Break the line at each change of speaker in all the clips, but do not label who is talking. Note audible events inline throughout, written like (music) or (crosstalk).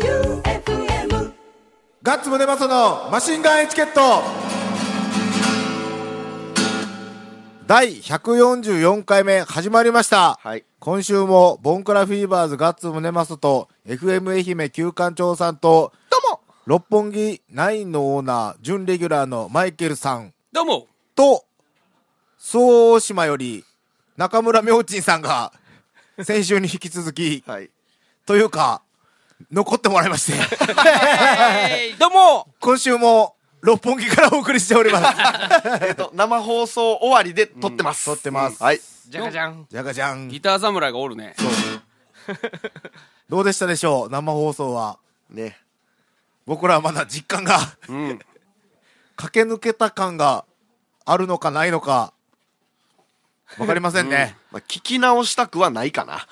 J-O-E-U-F-M
ガッツムネマソのマシンガンエチケット第144回目始まりました、
はい
今週もボンクラフィーバーズガッツムネマソと FM 愛媛旧館長さんと
どうも
六本木ナインのオーナー準レギュラーのマイケルさん
どうも
と総大島より中村明珍さんが先週に引き続き
はい。
というか残ってもらいまして
どうも
今週も六本木からお送りしており
(laughs)
ます
えっと、生放送終わりで撮ってます。
うん撮ってます
はい。
じゃかじゃん
じゃがじゃん
ギター侍がおるね
どうでしたでしょう生放送は
ね。
僕らはまだ実感が
うん
駆け抜けた感があるのかないのかわかりませんね、
まあ、聞き直したくはないかな。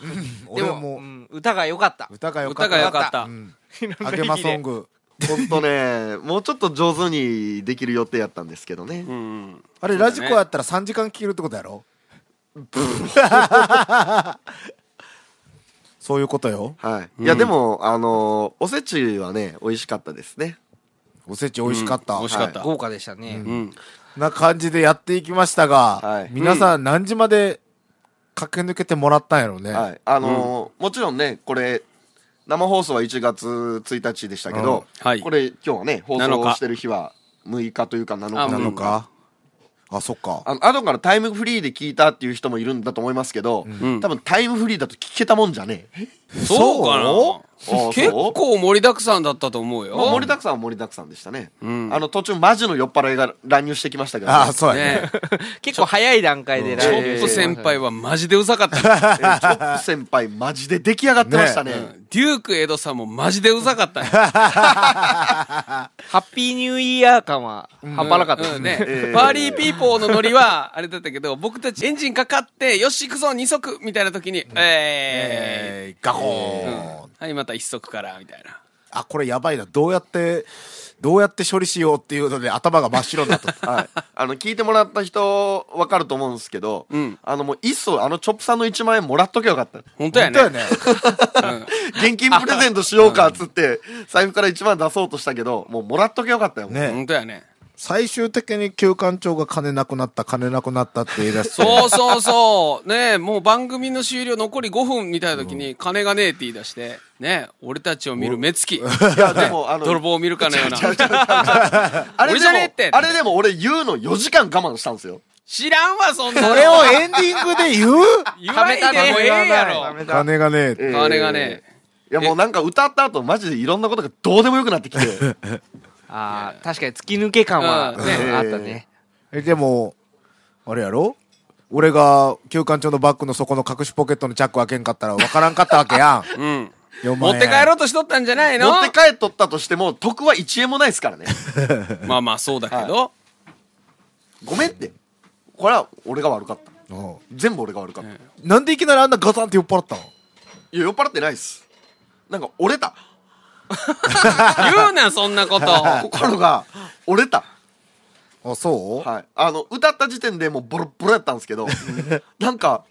俺もも
うん、歌が良かった
歌が良か
歌
った
が良かった
うん、
な
あげまソン
(laughs)
グ
ほんとね、 (laughs) もうちょっと上手にできる予定やったんですけどね。
うん
あれ、ラジコやったら3時間聴けるってことや
(laughs)
ろそういうことよ
はい。いや、でも、あのーおせちはね、美味しかったですね。
おせち美味しかった、
うん美味しかった
(laughs) 豪華でしたね、
うん
な感じでやっていきましたが、
はい
皆さん何時まで駆け抜けてもらったんやろうね、
はい。あのーもちろんね、これ、生放送は1月1日でしたけど、
うんはい
これ、今日はね、放
7
送
日
してる日は6日というか7日
あ
なのか、あそっか
あの後からタイムフリーで聞いたっていう人もいるんだと思いますけど、多分タイムフリーだと聞けたもんじゃねえ。
そうか
そう
な結構盛りだくさんだったと思うよ
まあ盛りだくさんは盛りだくさんでしたね。
ん
あの途中マジの酔っ払いが乱入してきましたけど、ね。
あそうやね
ね
(laughs) 結構早い段階で
(laughs) ち
ち
ょ
ょ
っ
っ
ライブ
と
してました
先
ね
輩はマジでうざかった
えーチョップ先輩マジで出来上がってましたね。
デュークエドさんもマジでうざかったね
ハッピーニューイヤー感は半端なかったです
うん
ね、 (laughs)
ねパーリーピーポーのノリはあれだったけど僕たちエンジンかかってよし行くぞ二足みたいな時にえ
えー、ガコ
ー
ーン、
うんはいまた一足からみたいな
あこれやばいなどうやってどうやって処理しようっていうので頭が真っ白になった
(laughs)
はい、あの聞いてもらった人わかると思うんですけど、
ん
あのもういっそあのチョップさんの1万円もらっとけばよかった
本当や
だよ
ね
ね
現金プレゼントしようかっつって財布から1万出そうとしたけどもうもらっとけばよかったよ、
ね
(laughs) 本当やね
最終的に旧館長が金なくなった金なくなったって言い出して
そうそうそう。ねえ、もう番組の終了残り5分みたいな時に、金がねえって言い出して、ねえ、俺たちを見る目つき。
いやでもあの
泥棒を見るかのような。
あれ
俺
で
じゃ
も
ねえって
あれでも俺言うの4時間我慢したんですよ
知らんわ、そんなの。
それをエンディングで
(laughs)
言う
言わないでもええや
ダ
ろ。
メだ
金がねえ
金がねえ。
いやもうなんか歌った後マジでいろんなことがどうでもよくなってきて (laughs)
あー確かに突き抜け感は、
うんね
うんあったね
えでもあれやろ俺が旧館長のバッグの底の隠しポケットのチャック開けんかったらわからんかったわけやん
うん。
4
(laughs) 持
万円
って帰ろうとしとったんじゃないの
持って帰っとったとしても得は1円もないですからね
まあまあ、そうだけど。
ごめんってこれは俺が悪かった
う
全部俺が悪かった、
ね
んなんでいきなりあんなガタンって酔っ払ったの
いや酔っ払ってないっすなんか折れた
言うな、そんなこと。
心が折れた
あそう、
はいあの歌った時点でもうボロッボロやったんですけ
(laughs)
どなんか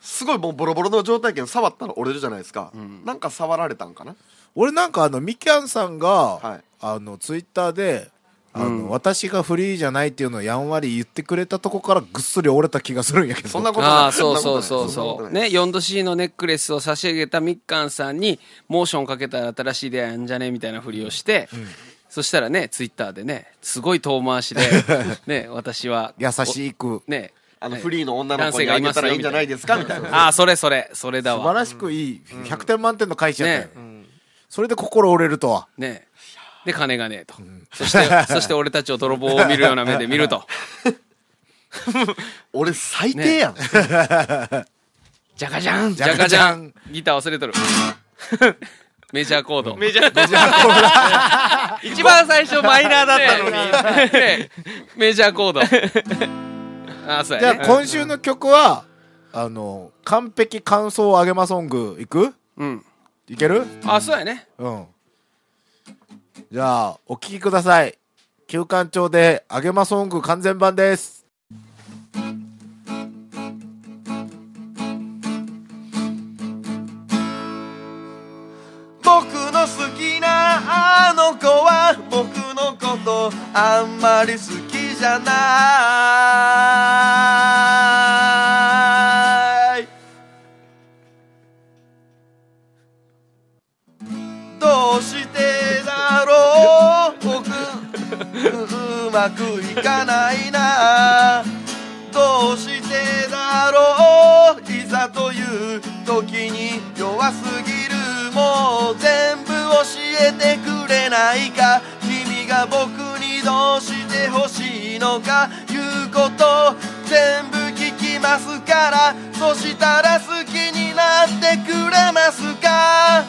すごいもうボロボロの状態圏触ったら折れるじゃないですか、なんか触られたんかな
俺なんかあのみきゃんさんが、
はい
あのツイッターであの、私がフリーじゃないっていうのをやんわり言ってくれたとこからぐっすり折れた気がするんやけど
(laughs) そんなことない
ああ、そうそうそうそ
んなこと
う。
ない
ね、4度 C のネックレスを差し上げたみっかんさんに、モーションかけたら新しい出会いなんじゃねみたいなふりをして、そしたらね、ツイッターでね、すごい遠
(laughs)
回しで、ね、私は、
優しく
お。ね、
あの
ね
フリーの女の
男
子
性
に
が
あ
い
げ
ます
た
よ
らいいんじゃないですかみたいな
(laughs) ああ、それそれ、それだ
素晴
わ。
らしくいい、100点満点の会社やったよ、
ね
それで心折れるとは
ね。で、金がねえと。そして、そして俺たちを泥棒を見るような目で見ると。
俺最低やん、
じゃかじゃん
じ
じ
ゃ
ゃ
か
か
じ
じ
ゃ
ゃ
ん
ん。ギター忘れとる。 (laughs) メジャーコード。
メジャー一番最初マイナーだったのに
ねねメジャーコード。 (laughs) あ、そう
じゃ
や
あ
ね。
今週の曲はあの完璧感想をあげまソングいく
うん。
いける
あ、そうやね。
うんじゃあお聴きください旧館長であげまソング完全版です
「僕の好きなあの子は僕のことあんまり好きじゃないどうしてだろう僕ううまくいかないなどうしてだろういざという時に弱すぎるもう全部教えてくれないか君が僕にどうしてほしいのか言うこと全部聞きますからそしたら好きになってくれますか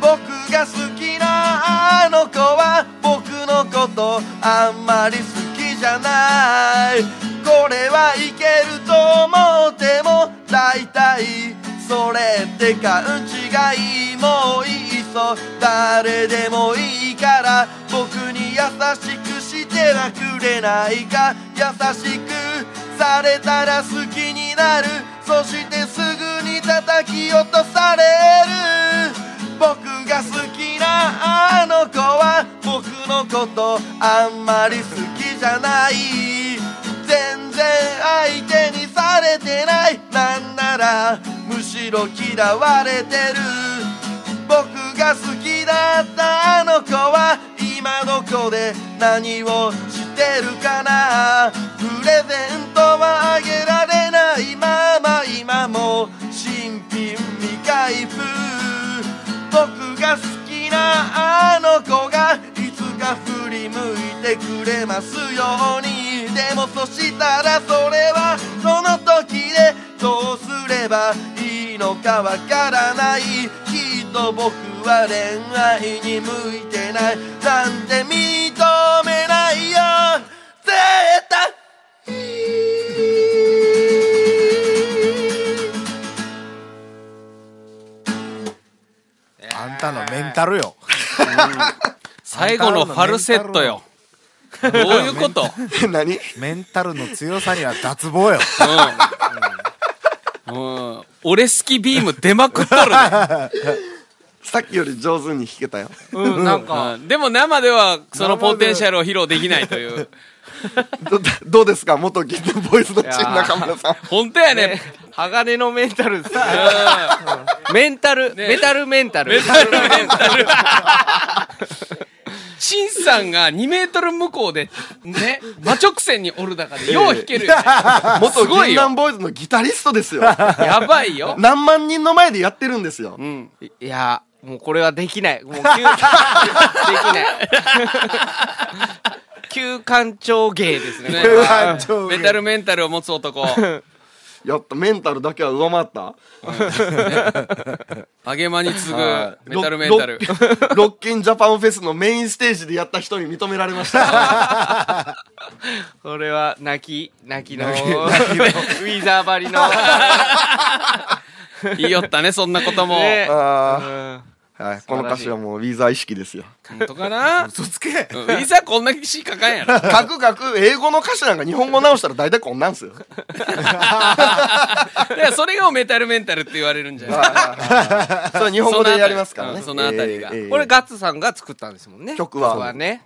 僕が好きなあの子は僕のことあんまり好きじゃないこれはいけると思っても大体それって勘違いもういいそ誰でもいいから僕に優しくしてはくれないか優しくされたら好きになるそしてすぐに叩き落とされる僕が好きなあの子は僕のことあんまり好きじゃない全然相手にされてないなんならむしろ嫌われてる僕が好きだったあの子は今どこで何をしてるかなプレゼントはあげられないまま今も新品未開封僕が好きなあの子がいつか振り向いてくれますようにでもそしたらそれはその時でどうすればいいのかわからないきっと僕は恋愛に向いてないなんて認めないよ絶対
あんたのメンタルよ。
最後のファルセットよどういうこと、
(laughs) 何
メンタルの強さには脱帽よ。
うんうん、俺好きビーム出まくっとるね
さっきより上手に弾けたよ
うん、 (laughs) なんか、でも生ではそのポテンシャルを披露できないという。
どどうですか元銀のボイスのチーム中村さん
本当やね。
鋼のメンタル
(laughs)
さ、メンタル、メタルメンタル。
シンさんが2メートル向こうで、ね、真直線におる中でよう弾けるよね。
元
すごい
銀
よ
杏ボーイズのギタリスト
(laughs)
ですよ
やば
(laughs)
いよ。
何万人の前でやってるんですよ
うん。
いや、もうこれはできない。 (laughs) もう、急、できない。 (laughs) 急官庁芸ですね。
ね
これは
メタルメンタルを持つ男。
やったメンタルだけは上回った
揚げ間に次ぐメ
ロ
タルメンタル。
ロッ (laughs) ロッキンジャパンフェスのメインステージでやった人に認められました
これは泣き、泣き (laughs) の、ウィザー張り (laughs) の。
言いよったね、そんなことも。
ね
あ
うん
ーはい、この歌詞はもうウィザー意識ですよ
本当かな
嘘つけ。
うんいざこんな詩書かんやろ。
書く書く英語の歌詞なんか日本語直したら大体こんなんすよ
だからそれがメタルメンタルって言われるんじゃない
それは日本語でやりますからね
そのあたりが
これガッツさんが作ったんですもんね。
曲は
ね。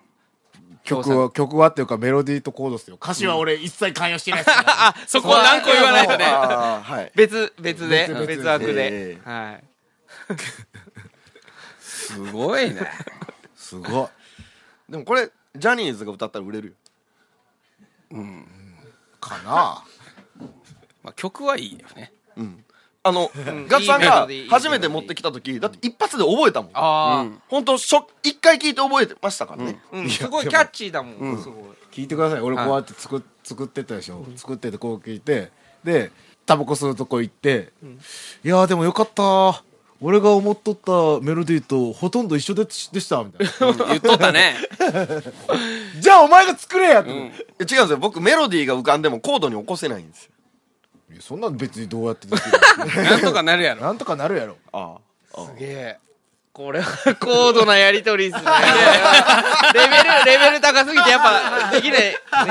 曲は、曲はっていうかメロディーとコードっすよ。歌詞は俺一切関与してないっすから
あ、
そこ何個言わないと
ね
ね。
はい
別、別で、
別
別枠
え
で。
え
はい。
すごいね。
すごい。
でもこれジャニーズが歌ったら売れるよ
かな
まあ曲はいいよね。
あの、ガッツさん
いいメロ
が
ディー
初めて持ってきた時だって一発で覚えたもん
ああ。
本当しょ一回聞いて覚えてましたからね、
うん、すごいキャッチーだもん、すごい
聞いてください。俺こうやって作っ作ってったでしょ。作っててこう聞いて、で、タバコ吸うとこ行って、いやーでもよかった。俺が思っとったメロディーとほとんど一緒ででしたみた (laughs) いな。
言っとったね。
じゃあお前が作れやって。い
いや違うんですよ僕メロディーが浮かんでもコードに起こせないんですよ
やそんなん別にどうやってできる
なんとかなるやろ。
なんとかなるやろ。
あ
すげえこれは (laughs) 高度なやりとり (laughs) ですねレベルレベル高すぎてやっぱできないできない、うん、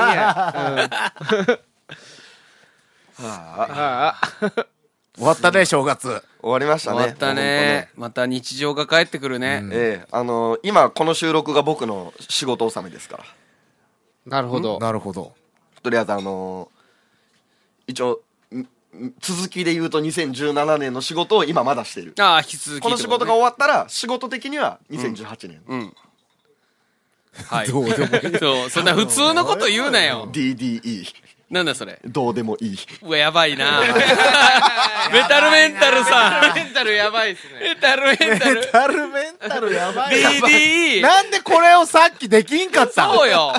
はあ
終わったね正月
終わりましたね
終わったね。また日常が帰ってくる
本当
ね。
ねええあのー今この収録が僕の仕事納めですから
(laughs) なるほど。
なるほど
とりあえずあのー一応んん続きで言うと2017年の仕事を今まだしてる
ああ、引き続き。
この仕事が終わったら仕事的には2018年、
はい。
どうでも
そう、そんな普通のこと言うなよ。
DDE
なんだそれ。
どうでもいいう
わ、やばいな。メタルメンタルさん。
メンタルやばいっすね。
メタルメンタル。
タルメンタルやば
DDE。
なんでこれをさっきできんかった
そうよ。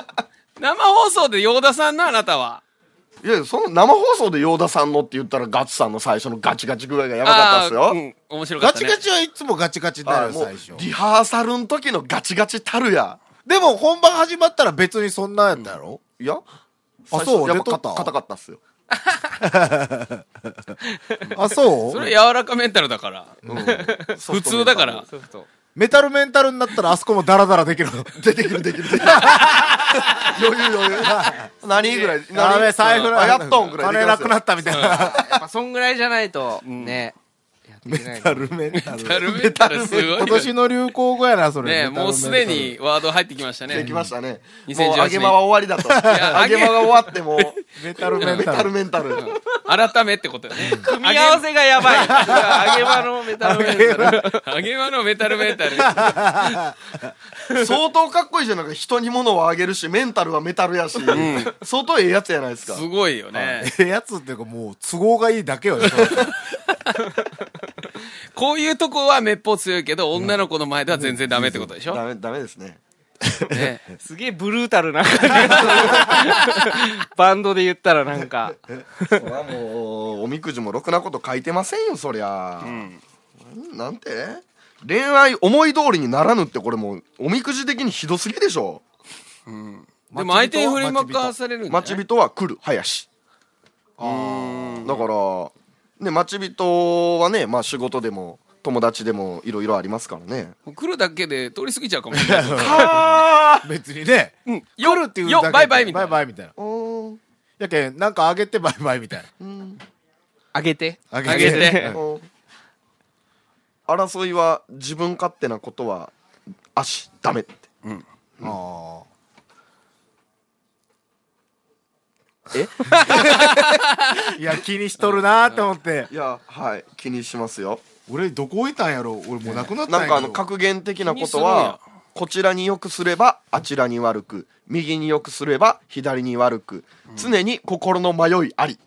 生放送で陽田さんのあなたは。
いやその生放送で陽田さんのって言ったらガチさんの最初のガチガチ具合がやばかったっすよ、
あーうん、面白かっ
ガ
た、
チ
ね。
ガチはいつもガチガチにな
あ
る
ー
よ
もう
最初
リハーサルの時のガチガチたるや
でも本番始まったら別にそんなんやったやろ
いや
あそう
やっ
出と
ぱ
った
硬かったっすよ
あそ
そうれ柔らかメンタルだから。普
普
通だから。
ソフト。
メタルメンタルになったらあそこもダラダラできる
出てくる出てくる出てくる余裕
(laughs)
余裕何ぐらい
ダメ財布
なやっとんぐらい
金
できま
な
す
く
よ
なったみたいな
やっぱそんぐらいじゃないと、ね。やっていけない
メタルメンタル
メタルメンタルすごいよ。
今年の流行語やなそれメタ
ね
ル
もうすでにワード入ってきましたね。
できましたね、
うん
もう
2018
揚げ間は終わりだと
や
揚げ間が終わっても
メタ (laughs) ルメン
メ
タ
タ
ル
ルメンタル
改めってことだね。
組み合わせがやばい。揚げ場のメタルメンタル。
揚げ場のメタルメンタル。
相当かっこいいじゃんないか人に物をあげるしメンタルはメタルやし、相当ええやつやないですか
すごいよね。
ええやつっていうかもう都合がいいだけよね
こういうとこはめっぽう強いけど、女の子の前では全然ダメってことでしょ、
ダメダメですね
ね、
すげえブルータルな (laughs) 感じがするバンドで言ったらなんか。
そりゃもうおみくじもろくなこと書いてませんよそりゃ、なんなんて恋愛思い通りにならぬってこれもうおみくじ的にひどすぎでしょ
でも相手に振りまかされるんじゃ
待ち
ない
人は来る林だからね待ち人はねまあ仕事でも友達でもいろいろありますからね
来るだけで通り過ぎちゃうかもしれない。
別にね
うん、
来るっていうだ
よ
けで
バイバイみたいな。
バイバイみたいなやけんなんかあげてバイバイみたいな
揚げて。
あ
あげて
うん
うん争いは自分勝手なことは足ダメって
あ (laughs)
え
ーいや気にしとるなーって思って
いやはい気にしますよ
俺どこ置いたんやろ俺もうなくなったん
な
やけ
んか
ど
あの格言的なこと
気にするんや
はこちらによくすればあちらに悪く右によくすれば左に悪く常に心の迷いあり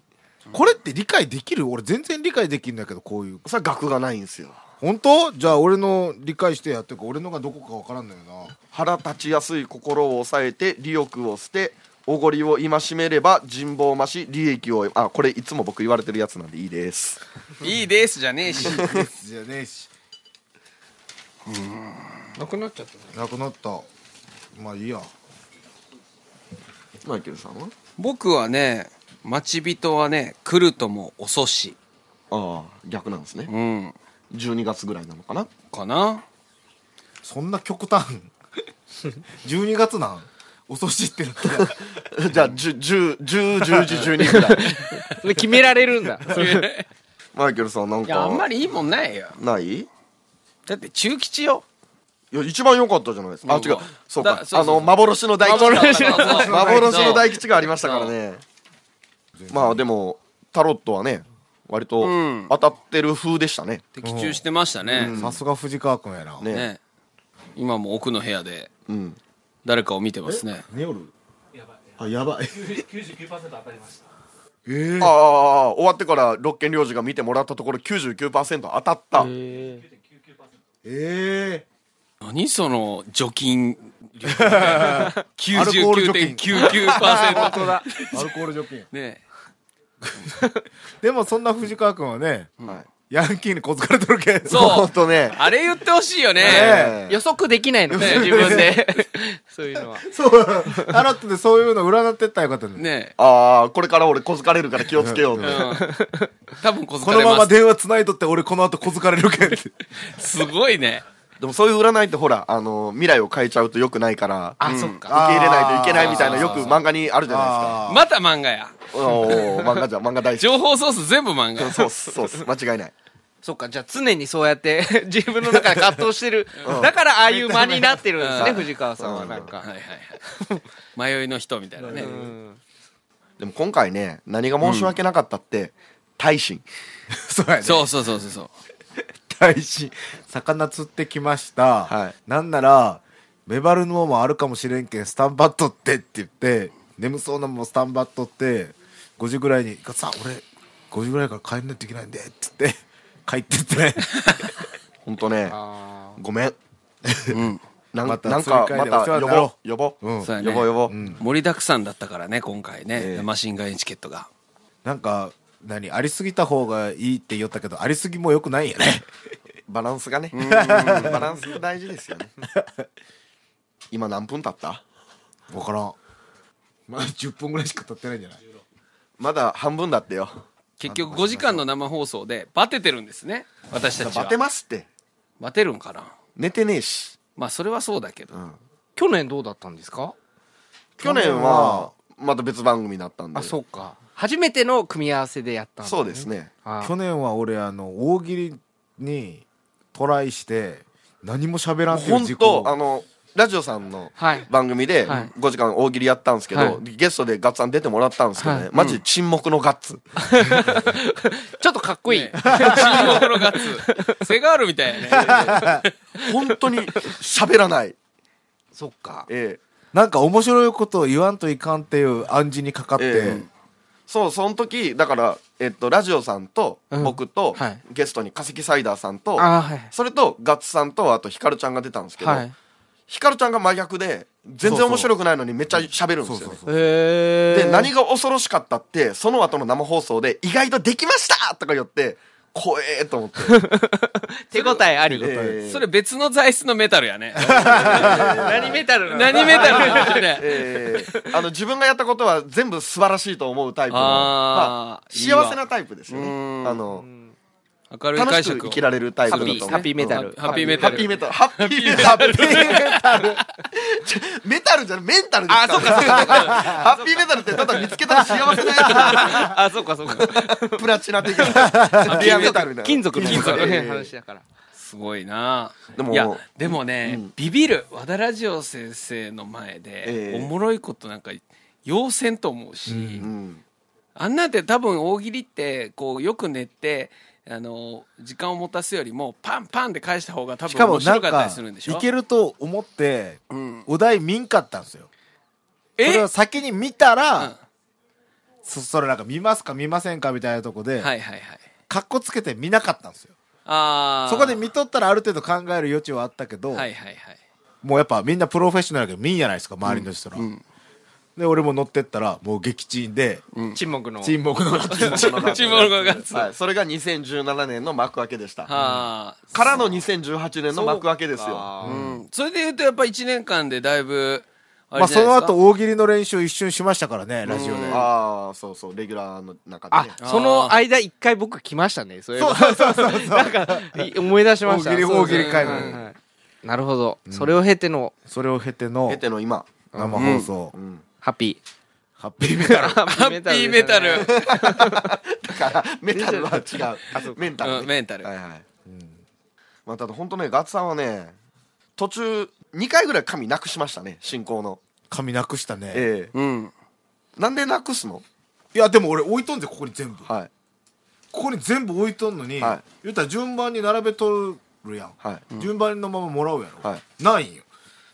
これって理解できる俺全然理解できるんだけどこういう
それは学がないんですよ
本当じゃあ俺の理解してやってるか俺のがどこかわからんのよな
腹立ちやすい心を抑えて利欲を捨ておごりを戒めれば人望増し利益をあこれいつも僕言われてるやつなんでいいです
いいですじゃねえし。
じゃねえし
なくなっちゃった。
なくなったまあいいや
マイケルさんは
僕はね、待ち人はね、来るとも遅し。
ああ逆なんですね
うん。
12月ぐらいなのかな
かな
そんな極端
(laughs)
12月なん遅しってなったら
じゃあ1010 10 10時12ぐらい (laughs)
それ決められるんだ。
マイケルさんなん
いや、あんま
か
りいいもんないよ。
ないい
だって中吉よ。
や一番良かったじゃないですかあ
うん
違うそうか
だそうそう
あの幻の大吉
幻の
が (laughs) 幻の大吉がありましたからねまあでもタロットはね割と
うん
当たってる風でしたね
的中してましたね。
さすが藤川君やな
ね
ね今も奥の部屋で
うん
誰かを見てますね。
寝よるあやばいえー、
ああああ終わってから六軒領事が見てもらったところ99%当たった、
え
何その除菌率
アルコール除菌
99.99%だ
ー、アルコール除菌
ね
でもそんな藤川君はね
はい
ヤンキーに小かれとるけん
そう
ほんとね
あれ言ってほしいよね
ええ
予測できないのか、
ね
自分 (laughs) で。そういうのは。
そうタロットでそういうの占ってったらよかったね
ね
ああこれから俺小づかれるから気をつけようって、
多分小
こ
遣
の
れ
ま
ま
ます (laughs) 電話つないとって俺この後小づかれるけんって
すごいね
でもそういう占いってほらあの未来を変えちゃうとよくないから
あ
うん
そっ
受け入れないといけないみたいなよく漫画にあるじゃな
あー
また漫画や。
いですかおー漫
(laughs)
画じゃん漫画大好
情報ソース全部漫画
き
や。
そうっすそうっす間違いない
そっか、じゃあ常にそうやって自分の中で葛藤してる。だからああいう間になってるんですね、
うん
藤川さんはなんか。
はいはいはい。迷いの人みたいなね。
でも今回ね何が申し訳なかったって大臣
そうやね
そうそうそうそうそう。
大事魚釣ってきました、
はい
なんならメバルのもあるかもしれんけんスタンバっとってって言って眠そうなもんスタンバっとって5時ぐらいに「さあ俺5時ぐらいから帰んないといけないんで」って言って帰って (laughs) って
ほんとね
あ
ごめん
うん。
(laughs) なん
また
なんか
追加
ま
でお世話
た
に
呼
なろ
ぼう呼ぼ
うん
そうや
う
ね
呼ぼう呼ぼう
盛りだくさんだったからね、今回
え
ね。
え
マシンガンエチケットが。
なんか何ありすぎた方がいいって言ったけどありすぎもよくないんや (laughs) ね
バランスがねバランス大事ですよね (laughs) 今何分経った
分からんまあ10分ぐらいしか経ってないんじゃない
まだ半分だってよ
結局5時間の生放送でバテてるんですね。私たち
バ
は
テ。ますって
バテるんかな。
寝てねえし
まあそれはそうだけど。
去年どうだったんですか
去年はまた別番組だったんで
あ、そうか。初めての組み合わせでやったんだね
そうです。ね
あ
去年は俺あの大喜利にトライして何も喋らんっていう
本
事故
当あのラジオさんの
はい
番組で
はい
5時間大喜利やったんですけど、
はい
ゲストでガッツさん出てもらったんですけどね、
はい
マジで沈黙のガッツ、
ちょっとかっこいい。
ね (laughs) 沈黙のガッツ。セガールみたいやね。
本当に喋らない
そっか。
ええ
なんか面白いことを言わんといかんっていう暗示にかかって、
ええそうその時だから、えっと、ラジオさんと
うん
僕と、
はい
ゲストに化石サイダーさんと
あはい。
それとガッツさんとあとヒカルちゃんが出たんですけど、
はい。
ヒカルちゃんが真逆で全然面白くないのにめっちゃ喋るんですよね、
へ
で、何が恐ろしかったって、その後の生放送で、意外とできましたとか言って、怖えと思って。
手応えあり。
えー
それ別の材質のメタルやね。
何メタルなの
何メタルなんだね。
えーあの、自分がやったことは全部素晴らしいと思うタイプの、
あ
まあ、
ー
幸せなタイプですよね。あの、
明るい
楽
解
しく
釈
生
を。
きられるタイ
ハ
プ
ッ
だと思
ピー、
う。
ハッピーメタル。
ハッピーメ
ハ
タ
ッ
ル
ピーメタル。ハッピーメタル。ちょメタルじゃないメンタルですから。あ、そか、ハッピーメタルってただ見つけたら幸せなや
あ、そうかそうか。
つ。プラチナ的な。レアメタルみたいな。
金属の
金属。
ね話だから。
すごいな
でも
いやでもね、ビビる和田ラジオ先生の前
え
で、
え
おもろいことなんか要せんと思うし、
うん。
あんなんて多分大喜利ってこうよく寝てあの時間を持たすよりもパンパンで返した方が多
しか
分
も
面
な
白
ん
かった
か
りするんでしょ
いけると思って、
ん
お題見んかったんですよそ
え
れを先に見たら、
うん
そそれなんか見ますか見ませんかみたいなとこで、
はいはいはい
かっこつけて見なかったんですよ
あー
そこで見とったらある程度考える余地はあったけど、
はいはいはい
もうやっぱみんなプロフェッショナルやけど見んやないですか周りの人ら、で俺も乗ってったらもう撃沈で、
沈黙の。
沈黙の (laughs)
チモロガッツ、
はい、それが2017年の幕開けでした。
あー
からの2018年の幕開けですよ。
あ
うんそれで言うとやっぱ1年間でだいぶ
ま
あれ
あ
じゃ
そ
な
の
いですか
後大喜利の練習一瞬しましたからねラジオで
ああ、そうそう、レギュラーの中で、
あ
ね。、
その間一回僕来ましたね。そうそうそうそう。 (laughs) なんか、い思い出しました。
大喜利
そうそう
大喜利会の
はいはいなるほど。それを経ての
それを経ての
経ての今。
生放送、
ハッピ
ハッピーメタル
ー。ハ
ハッピーメタル、
だから、メタルは違う。あメンタル、ね
うんメンタル
はいはい。まあ、ただ本当ね、ガッツさんはね、途中、2回ぐらい髪なくしましたね、進行の。
髪なくしたね、
ええ
うん
なんでなくすの
いやでも俺置いとんでここに全部こ
はい。
こに全部置いとんのに、
はい
言ったら順番に並べとるやん、
はい。
順番のままもらうやろ、
はい
ないんよ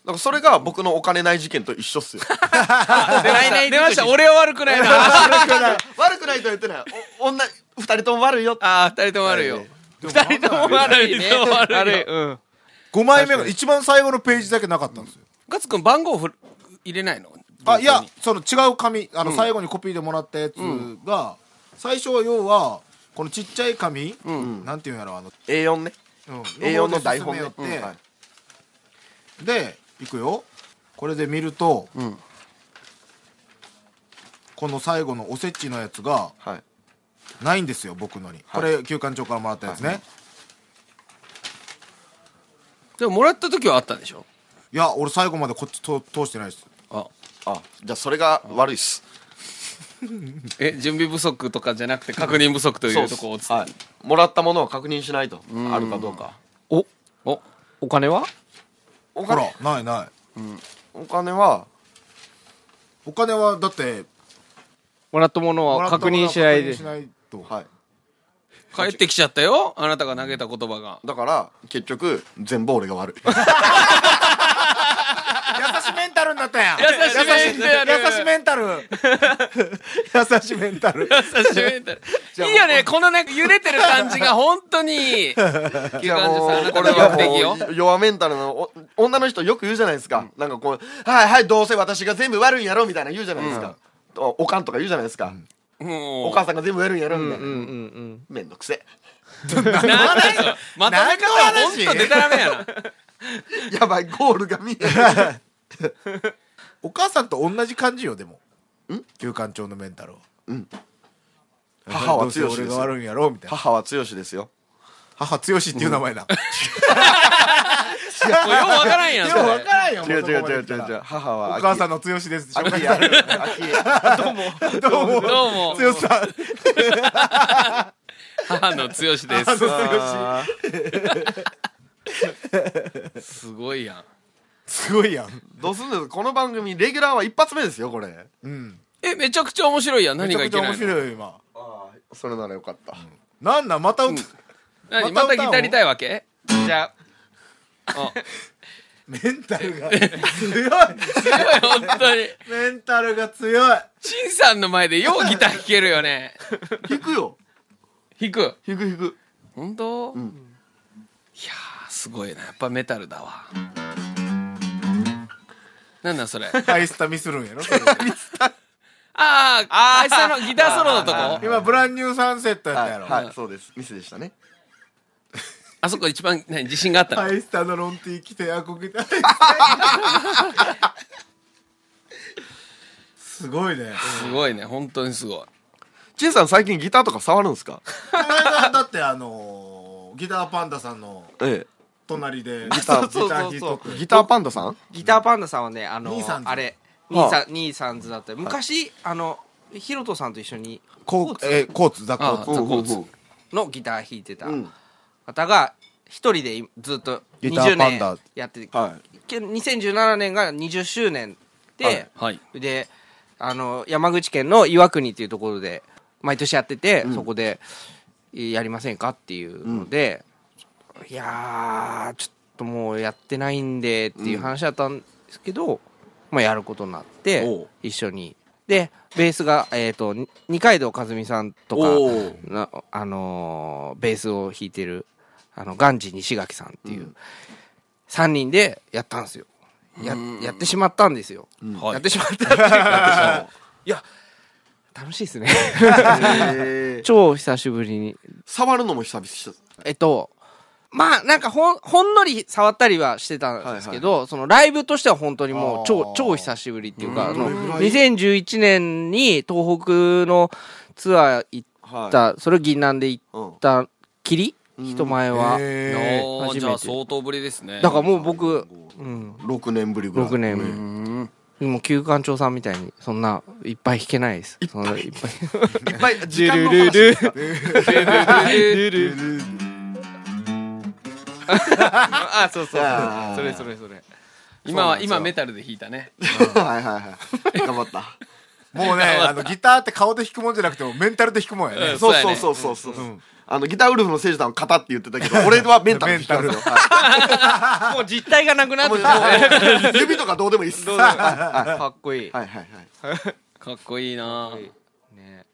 だからそれが僕のお金ない事件と一緒っすよ。
出ました出ました俺は悪くないなあ
(laughs) 悪くないとは言ってない。お女、2人とも悪いよって。
(laughs) あ二人とも悪いよ二人とも悪いね
あ
悪い
れ、
よ
うん。
5枚目が一番最後のページだけなかったんですよ、
ガッツくん番号ふる入れないの
あいやその違う紙あの最後にコピーでもらったやつが、最初は要はこのちっちゃい紙、なんていうんやろあの、
A4 ね。
うん、
A4 の台本ね
の方で進めよって、
うんはい
でいくよこれで見ると、
ん
この最後のおせちのやつが
はい。
ないんですよ僕のに、これ旧館長からもらったやつね、
でももらった時はあったんでしょ
いや俺最後までこっちと通してないです
あ
あじゃあそれが悪いっす
え準備不足とかじゃなくて確認不足というとこをつ
はいもらったものを確認しないとあるかどうか
お
お
お金は
お
ほ
金
らないない
お金は
お金はだって
もらったもの
もらっ
は
た
確
もの
認
は
しないで
確認しないと
(laughs) はい
帰ってきちゃったよあなたが投げた言葉が
だから結局全部俺が (laughs) 悪い
優しメンタルになったやん優
しメンタル
優しメンタル優しメンタル
いいよねこのなんか揺れてる感 (laughs) じが本当に
いやもう
あな
こ
たの
れ
弱
は
的
も
よ
う弱メンタルのお女の人よく言うじゃないですか、なんかこう「はいはいどうせ私が全部悪いんやろ」みたいな言うじゃないですか、おおかんとか言うじゃないですか、
も
お
う
母さんが全部やるんやろみたいな、
うんうん
めんどくせ
なんだよまとめ方は本当でたらめやな
えやばいゴールが見えない
お母さんと同じ感じよでも旧館長のメンタルは
母は
どうせ
強し
俺
です
が
よ
悪いんやろみたいな
(laughs) 母は強しですよ
母強しっていう名前だ
もうようわからんやんそ
ようわ
れ
からんよ
違う違う違う違
もそこまで言った
う違う
ら
母
お
は
母さん
ん
の強しです
秋秋やる秋
どうも
どうも
強さ
母の強しで
あの
す
強し
あー
すごいやん
すごいやん
どうすんですこの番組レギュラーは一発目ですよこれ
うん
えめちゃくちゃ面白いやん
め
何
ちゃ
が
くちゃ
いけな
面
いの
白いよ今
それならよかった、
なんなんまた歌
何
ま
ま
た歌
たギ
おう
タリたいわけ
うんじゃ
あ
メンタルが強い
本当に
メンタルが強い
陳さんの前でようギター弾けるよね
引くよ
弾く
引く引く
本当、
ん
いやーすごいなやっぱメタルだわなんなんそれ (laughs) あ
ハイスタミスるんやろ
(laughs)
それ
ああいつのギターソロのとこあ
今ブランニューサンセットやった
は
や
い、
ろ
はい、そうですミスでしたね
そこ一番何自信があったの、
ハイスタのロンティー着てあこげたすごいね
すごいね本当にすごい
陳さん最近ギターとか触るんですか
この間だってあのーギターパンダさんの
ええ
隣で
ギター
ギター弾いとって
ギターパンダさん
あギターパンダさんはねあの
兄さんズ
あれ兄さ
は
ん兄さんズだったよ昔あのヒロトさんと一緒に
コーツ、えー、コーツザコー
あ
ツ
あザコーツ
うん
のギター弾いてた
うん
方が一人でずっと
ギター
20
パン
年
ダ
やって
は
け2017年が20周年で、
はい
であの山口県の岩国っていうところで毎年やってて、そこでやりませんかっていうので、いやーちょっともうやってないんでっていう話だったんですけど、まあ、やることになって
おう
一緒にでベースが、えー、とに二階堂和美さんとか
おう
なあのーベースを弾いてるあのガンジ西垣さんっていう3人でやったんですよややってしまったんですよ、
はい
やってしまったっていうかいや楽しいですね
(laughs) い
超久しぶりに
触るのも久々
えっとまあなんかほんほんのり触ったりはしてたんですけど、そのライブとしては本当にもう
あー
超超久しぶりっていうかあの
どれぐらい
2011年に東北のツアー行っ
は
た、それを銀杏で行っ
うん
たきり人前は、
え
おー
初めて
じゃあ相当ぶりですね
だからもう僕、うん、
6年ぶりぐらい
6年、
う
ね
ーん
もう休館長さんみたいにそんないっぱい弾けないですそんないっぱい
いっぱい時間の話ですか
あそうそう
あー (laughs)
それそれそれ
今は
そうな
今
ん
メタルで弾いたね
はいはいはい (laughs) 頑張った
ーもうねあのギターって顔で弾くもんじゃなくてもメンタルで弾くもんやね、
うん
そう
そうや
そう
ね
そうそうそうあのギターウルフのせいじさんは型って言ってたけど俺はメンタルで弾いたんですよ
もう実体がなくなっ
もう
てた
も (laughs) う指とかどうでもいいっすはいは
かっこいい、
いはいはい
かっこいいな
ね、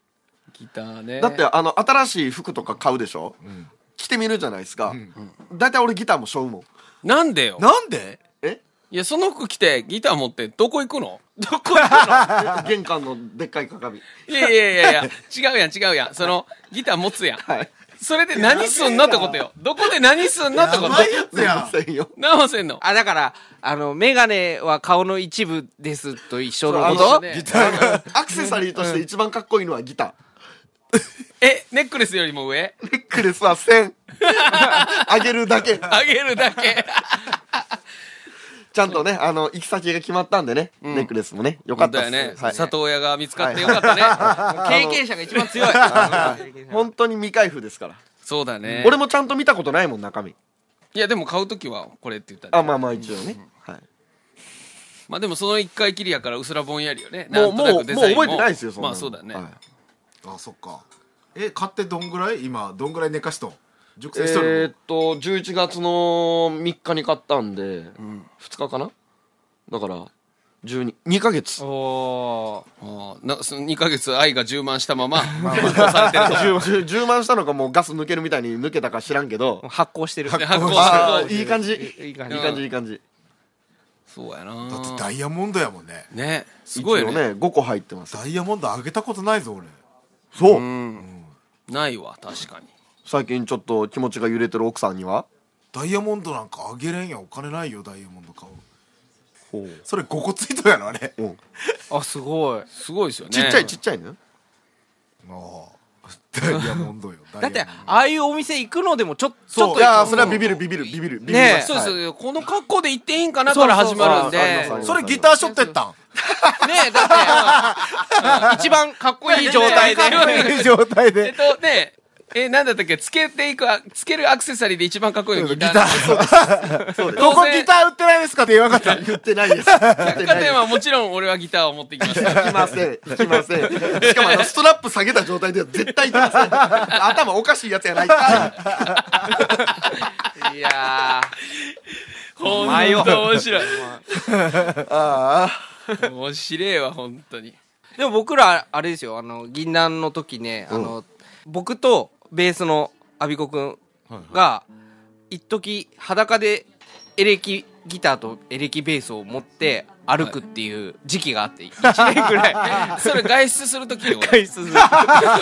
ギターね
だってあの新しい服とか買うでしょ着てみるじゃないですか大体俺ギターもしょうもん
なんでよ
なんで
え
いやその服着てギター持ってどこ行くの
玄関のでっかい鏡
いやいやいやいや、違うやん違うやん。その、ギター持つやん。
はい
それで何すんのってことよ。どこで何すんのって
や
こと。
ばいやつやん
すいませんよ
何もせんの。
あだからあの眼鏡は顔の一部ですと一緒の
あ
こ
の
と
ね
ギターがアクセサリーとして一番かっこいいのはギタ
え、ネックレスよりも上
(laughs) ーネックレスは線上げるだけ
あげるだけ。
ちゃんとね、あの、行き先が決まったんでね、ネックレスもね、よか
本
った
当
っ
や
す
ね。
はい
里親が見つかってよかったね。経験者が一番強い。
本当に未開封ですから。
そうだね。
俺もちゃんと見たことないもん、中身。
いや、でも買うときはこれって言ったね
あ、まあまあ、一応ね。はい。
まあでもその一回きりやからうすらぼんやりよね。
もう、
なん
もう、もう
となくデザ
覚
イン
えてないですよ、そんな
ま
の
あそうだね。
はい
あそっかえ買ってどんぐらい今どんぐらい寝かしとん熟
え
成しとる、
ーっと、11月の3日に買ったんで、2日かなだから、12、2ヶ月。
お
ああなその2ヶ月愛が充満したまま、発行されてると。
10, 10万したのかもうガス抜けるみたいに抜けたか知らんけ
(laughs)
ど
ー発酵してる
ね発酵
あ
し
ー
てる。
(laughs) いい感じ
い
い
い
い
感
感じい
じ
い感じいい感じ
そうや
だって
な
ダイヤモンドやもんね
ね。すごいよ
一応
ね。
5個入ってます
ダイヤモンドあげたことないぞ俺
そう、
ないわ、確かに。
最近ちょっと気持ちが揺れてる奥さんには
ダイヤモンドなんかあげれんやんお金ないよダイヤモンド買う
ほう
それ5個ついとるやろあれ
うん
あすごい
すごいですよね。
ちっちゃいちっちゃいね
ああ (laughs) ダイヤモンドよ
だって
ダイヤ
あ
モンド
あいうお店行くのでもちょちょっ
そう
と
いやーそれはビビるビビるビビるビビる
ねえ
そうです、この格好で行っていいんかなから始まるんで。
そうそうそうそう
ね
それギターショットやったん
え、だっ
一番かっこいい状態で
ねえねえね
いい (laughs) 状態
て、え
で
っとね、え、なんだったっけつけていくあ、つけるアクセサリーで一番かっこいいのギター。
そうです
どうせ
ここギター売ってないですかって言わなかった
言ってないです言って
百貨
ないで
店
す
はもちろん俺はギターを持っ
(laughs)
てきました。
弾きません弾きませんしかもあのストラップ下げた状態では絶対弾きません頭おかしいやつやないか
いや
ほんと面白い。 (laughs) 面白いわ、本
(laughs)
当に。
ーでも僕らあれですよあの銀杏の時ねあの、僕とベースのアビコくんが一時裸でエレキギターとエレキベースを持って歩くっていう時期があって1年ぐらい
それ外出するときで
回数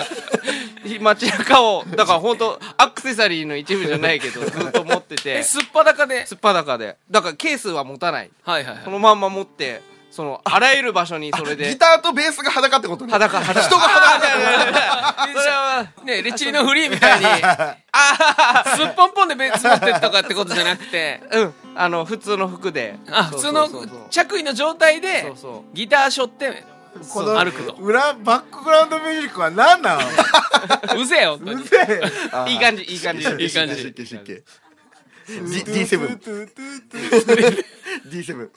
(laughs) 街中をだから本当アクセサリーの一部じゃないけ (laughs) どずっと持ってて
え、すっぱだかで。
すっぱだかでだからケースは持たない
はい
(laughs)
はい
そ
はい。
のまんま持ってそのあらゆる場所にそ (laughs) れで
ギターとベースが裸ってことね
裸裸人が裸 (laughs)
(laughs)
それは
ねレッチリのフリーみたいに、 (laughs) すっぽんぽんで別持ってとかってことじゃなくて、
うんあの普通の服で
あ、
そ
普
う
通
そ
の
うそうそう
着衣の状態で
そうそ、
ギター背負って、
こ
歩くと
の裏バックグラウンドミュージックは何なの
うぜえよ、本
(laughs)
当に。
いい感じいい感じ
いい感じ
湿気湿気 D7
(laughs)
(laughs) D7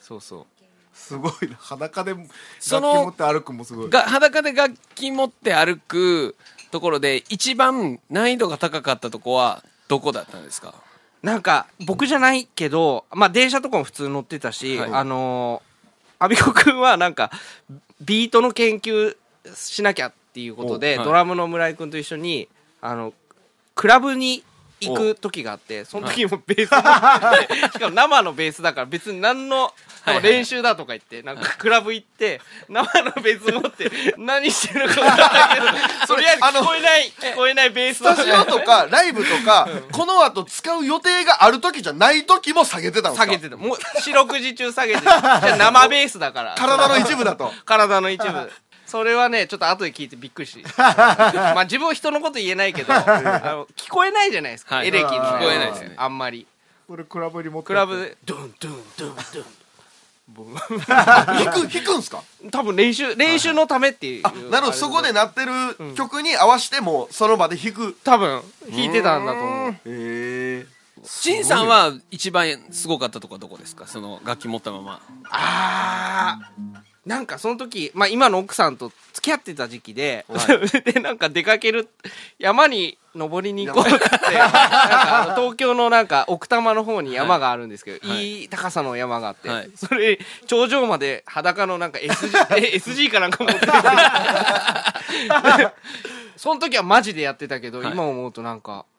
そうそう
すごいな裸で楽器
その
持って歩くもすごい
が裸で楽器持って歩くところで一番難易度が高かったとこはどこだったんですか
なんか僕じゃないけどまあ電車とかも普通乗ってたし、
はい
あのー、アビコくんはなんかビートの研究しなきゃっていうことで、
おはい
ドラムの村井くんと一緒にあのクラブに行く時があってその時もベース持ってしかも生のベースだから別に何の
はいはい
練習だとか言ってなんかクラブ行って生のベース持って何してるか分からないけどとりあえず聞こえない聞こえないベース
スタジオとかライブとか、この後使う予定がある時じゃない時も下げてたんですか
下げてたもう四六時中下げてたじゃあ生ベースだから
体の一部だと
体の一部それはねちょっと後で聞いてびっくりしまあ自分は人のこと言えないけどあの聞こえないじゃないですか、
はい
エレキのね
聞こえないですね
あんまり
これクラブに持って
クラブでドンドンドン
弾く弾くんすか
ドン多分練習練習のためっていう
あなるほどそこで鳴ってる曲に合わせてもその場で弾く
多分弾いてたんだと思う
へえ
しんさんは一番すごかったとこはどこですかその楽器持ったまま
あーなんかその時、まあ、今の奥さんと付き合ってた時期で、 (laughs) でなんか出かける山に登りに行こうって (laughs) なんかあの東京のなんか奥多摩の方に山があるんですけど、
はい
い、い高さの山があって、
はい
それ頂上まで裸のなんか
(laughs)
SG, え SG かなんか持っててその時はマジでやってたけど、
はい
今思うとなんか。
(laughs)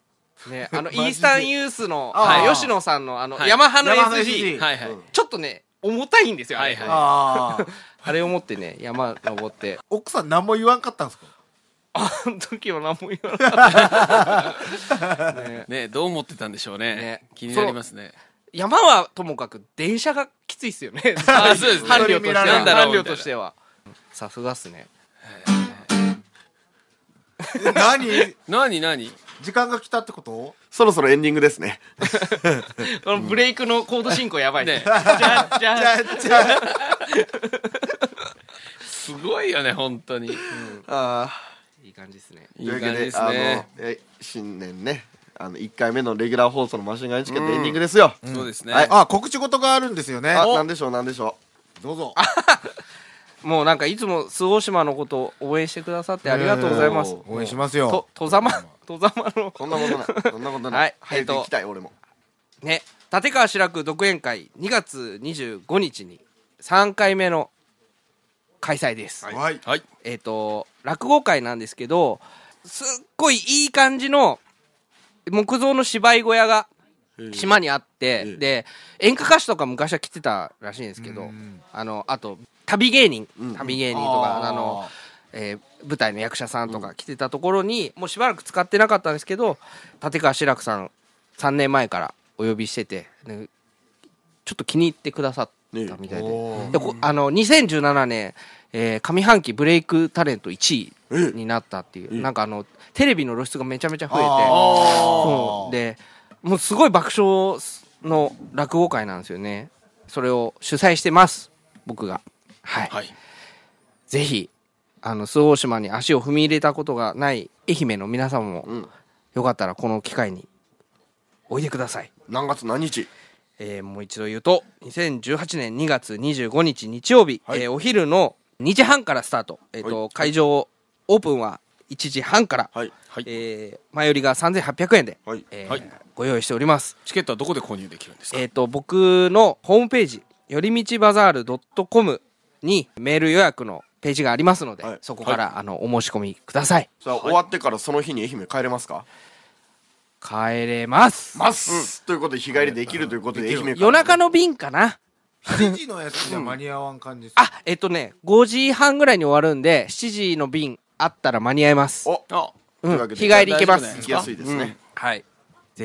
ね、あのイースタンユースの
あー
あ吉野さんのあの、
はい
ヤマハの
ヤマハの
SG
はいはい、
ちょっとね重たいんですよあれ、
はいはい
ああ
あれを持ってね、山登って。
奥さん何も言わんかったんですか
あの時は何も言わなかった。ね
ねどう思ってたんでしょうね
ね
気になりますね
山はともかく電車がきついっすよね。 (laughs)
あそうですね
伴侶としては。
なんだろ
伴
うみたい
侶と
な
しては。さすがっすね。
何
何何
時間が来たってこと
そろそろエンディングですね。
このブレイクのコード進行やばいね
ね。
じゃあじゃあ
すごいよね本当に
あ
いい感じですね。
あ、
いい感じですね
あの、え新年ね、あの、1回目のレギュラー放送のマシンガンチケットエンディングですよ。
そうですね
はい
あ告知事があるんですよね
あ、なんでしょう、なんでしょ
どうぞ
もうなんかいつも周防島のこと応援してくださってありがとうございます
うん。
応援します
と
よ、
とざま、とざまの
う。。こんなことない。こんなことない。
はい
早く行きたい、俺も。
ね、立川志らく独演会2月25日に3回目の開催です。
はい
はい
えっ、と、落語会なんですけど、すっごいいい感じの木造の芝居小屋が島にあって、で、演歌歌手とか昔は来てたらしいんですけど、あの、あと、旅芸人、旅芸人とか、あの、えー舞台の役者さんとか来てたところに、もうしばらく使ってなかったんですけど立川志らくさん3年前からお呼びしてて、ねちょっと気に入ってくださったみたいで,、でこあの2017年、えー上半期ブレイクタレント1位になったっていう、なんかあのテレビの露出がめちゃめちゃ増えてそうでもうすごい爆笑の落語会なんですよねそれを主催してます僕がはい
はい
ぜひ、あの、周防島に足を踏み入れたことがない愛媛の皆様も、よかったらこの機会に、おいでください。
何月何日
えーもう一度言うと、2018年2月25日日曜日、えーお昼の2時半からスタート。えっ、と、会場、オープンは1時半から、
はい。
えー前売りが3800円で、
はい
えー
はい
ご用意しております。
チケットはどこで購入できるんですか
えっ、と、僕のホームページ、よりみちバザール .com にメール予約のページがありますので、
はい
そこから、あの、お申し込みください。
じゃあ、終わってからその日に愛媛帰れますか
帰れます。
ますということで、日帰りできるということで、愛媛から
夜中の便かな
7時のやつじゃ間に合わん感じ
あ、えっ、とね、5時半ぐらいに終わるんで、7時の便あったら間に合います。
お
あ
うん
というわけで
日帰り行けます
大丈夫ね
行。きやすいですね。
はい。ぜ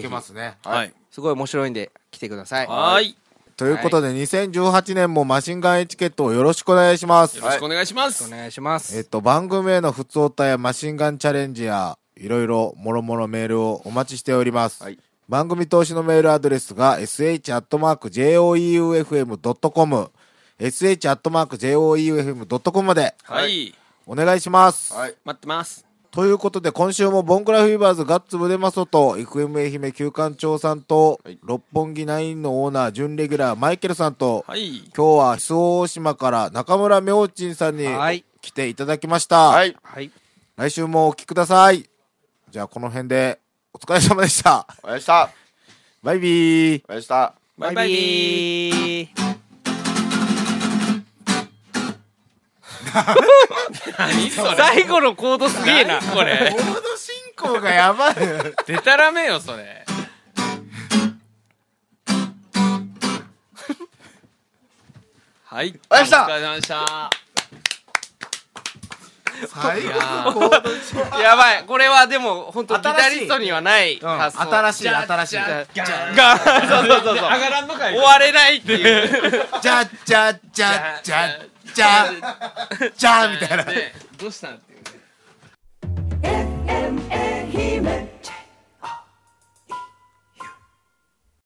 い
ひ
け、ますね
はい
すごい面白いんで、来てください。
はい
ということで、2018年もマシンガンエチケットをよろしくお願いします
よろしくお願いします
お願いします。
えっと、番組への普通歌やマシンガンチャレンジや、いろいろ、もろもろメールをお待ちしております。
はい
番組投資のメールアドレスが、sh.joeufm.com、sh.joeufm.com まで、
はい
お願いします。
はい。
待ってます
ということで、今週もボンクラフィーバーズガッツムデマソと、FM 愛媛旧館長さんと、
はい
六本木ナインのオーナー、準レギュラー、マイケルさんと、
はい
今日は、周防大島から中村明珍さんに
はい
来ていただきました。
はい。
はい。
来週もお聞きください。じゃあこの辺でお疲れ様でした。 (laughs)
おやした。
バイビー。
おやした。
バイバイ
ー。
何それ
最後のコードすげえな。
これ
コード進行がや (laughs) ばい。
でたらめよそ (laughs) れはい
お疲れ様でした
お疲れ様でした
最
いや
後
(laughs)
ー
やばい。これはでも、本当ギタリストにはない発想。
新しい新しい。
ガンガンそうそうそうそう。
上がらんのかい
終われないっていう。
じゃじゃじゃじゃじゃじゃみたいな。
ねどうしたんっていうね
FM 愛媛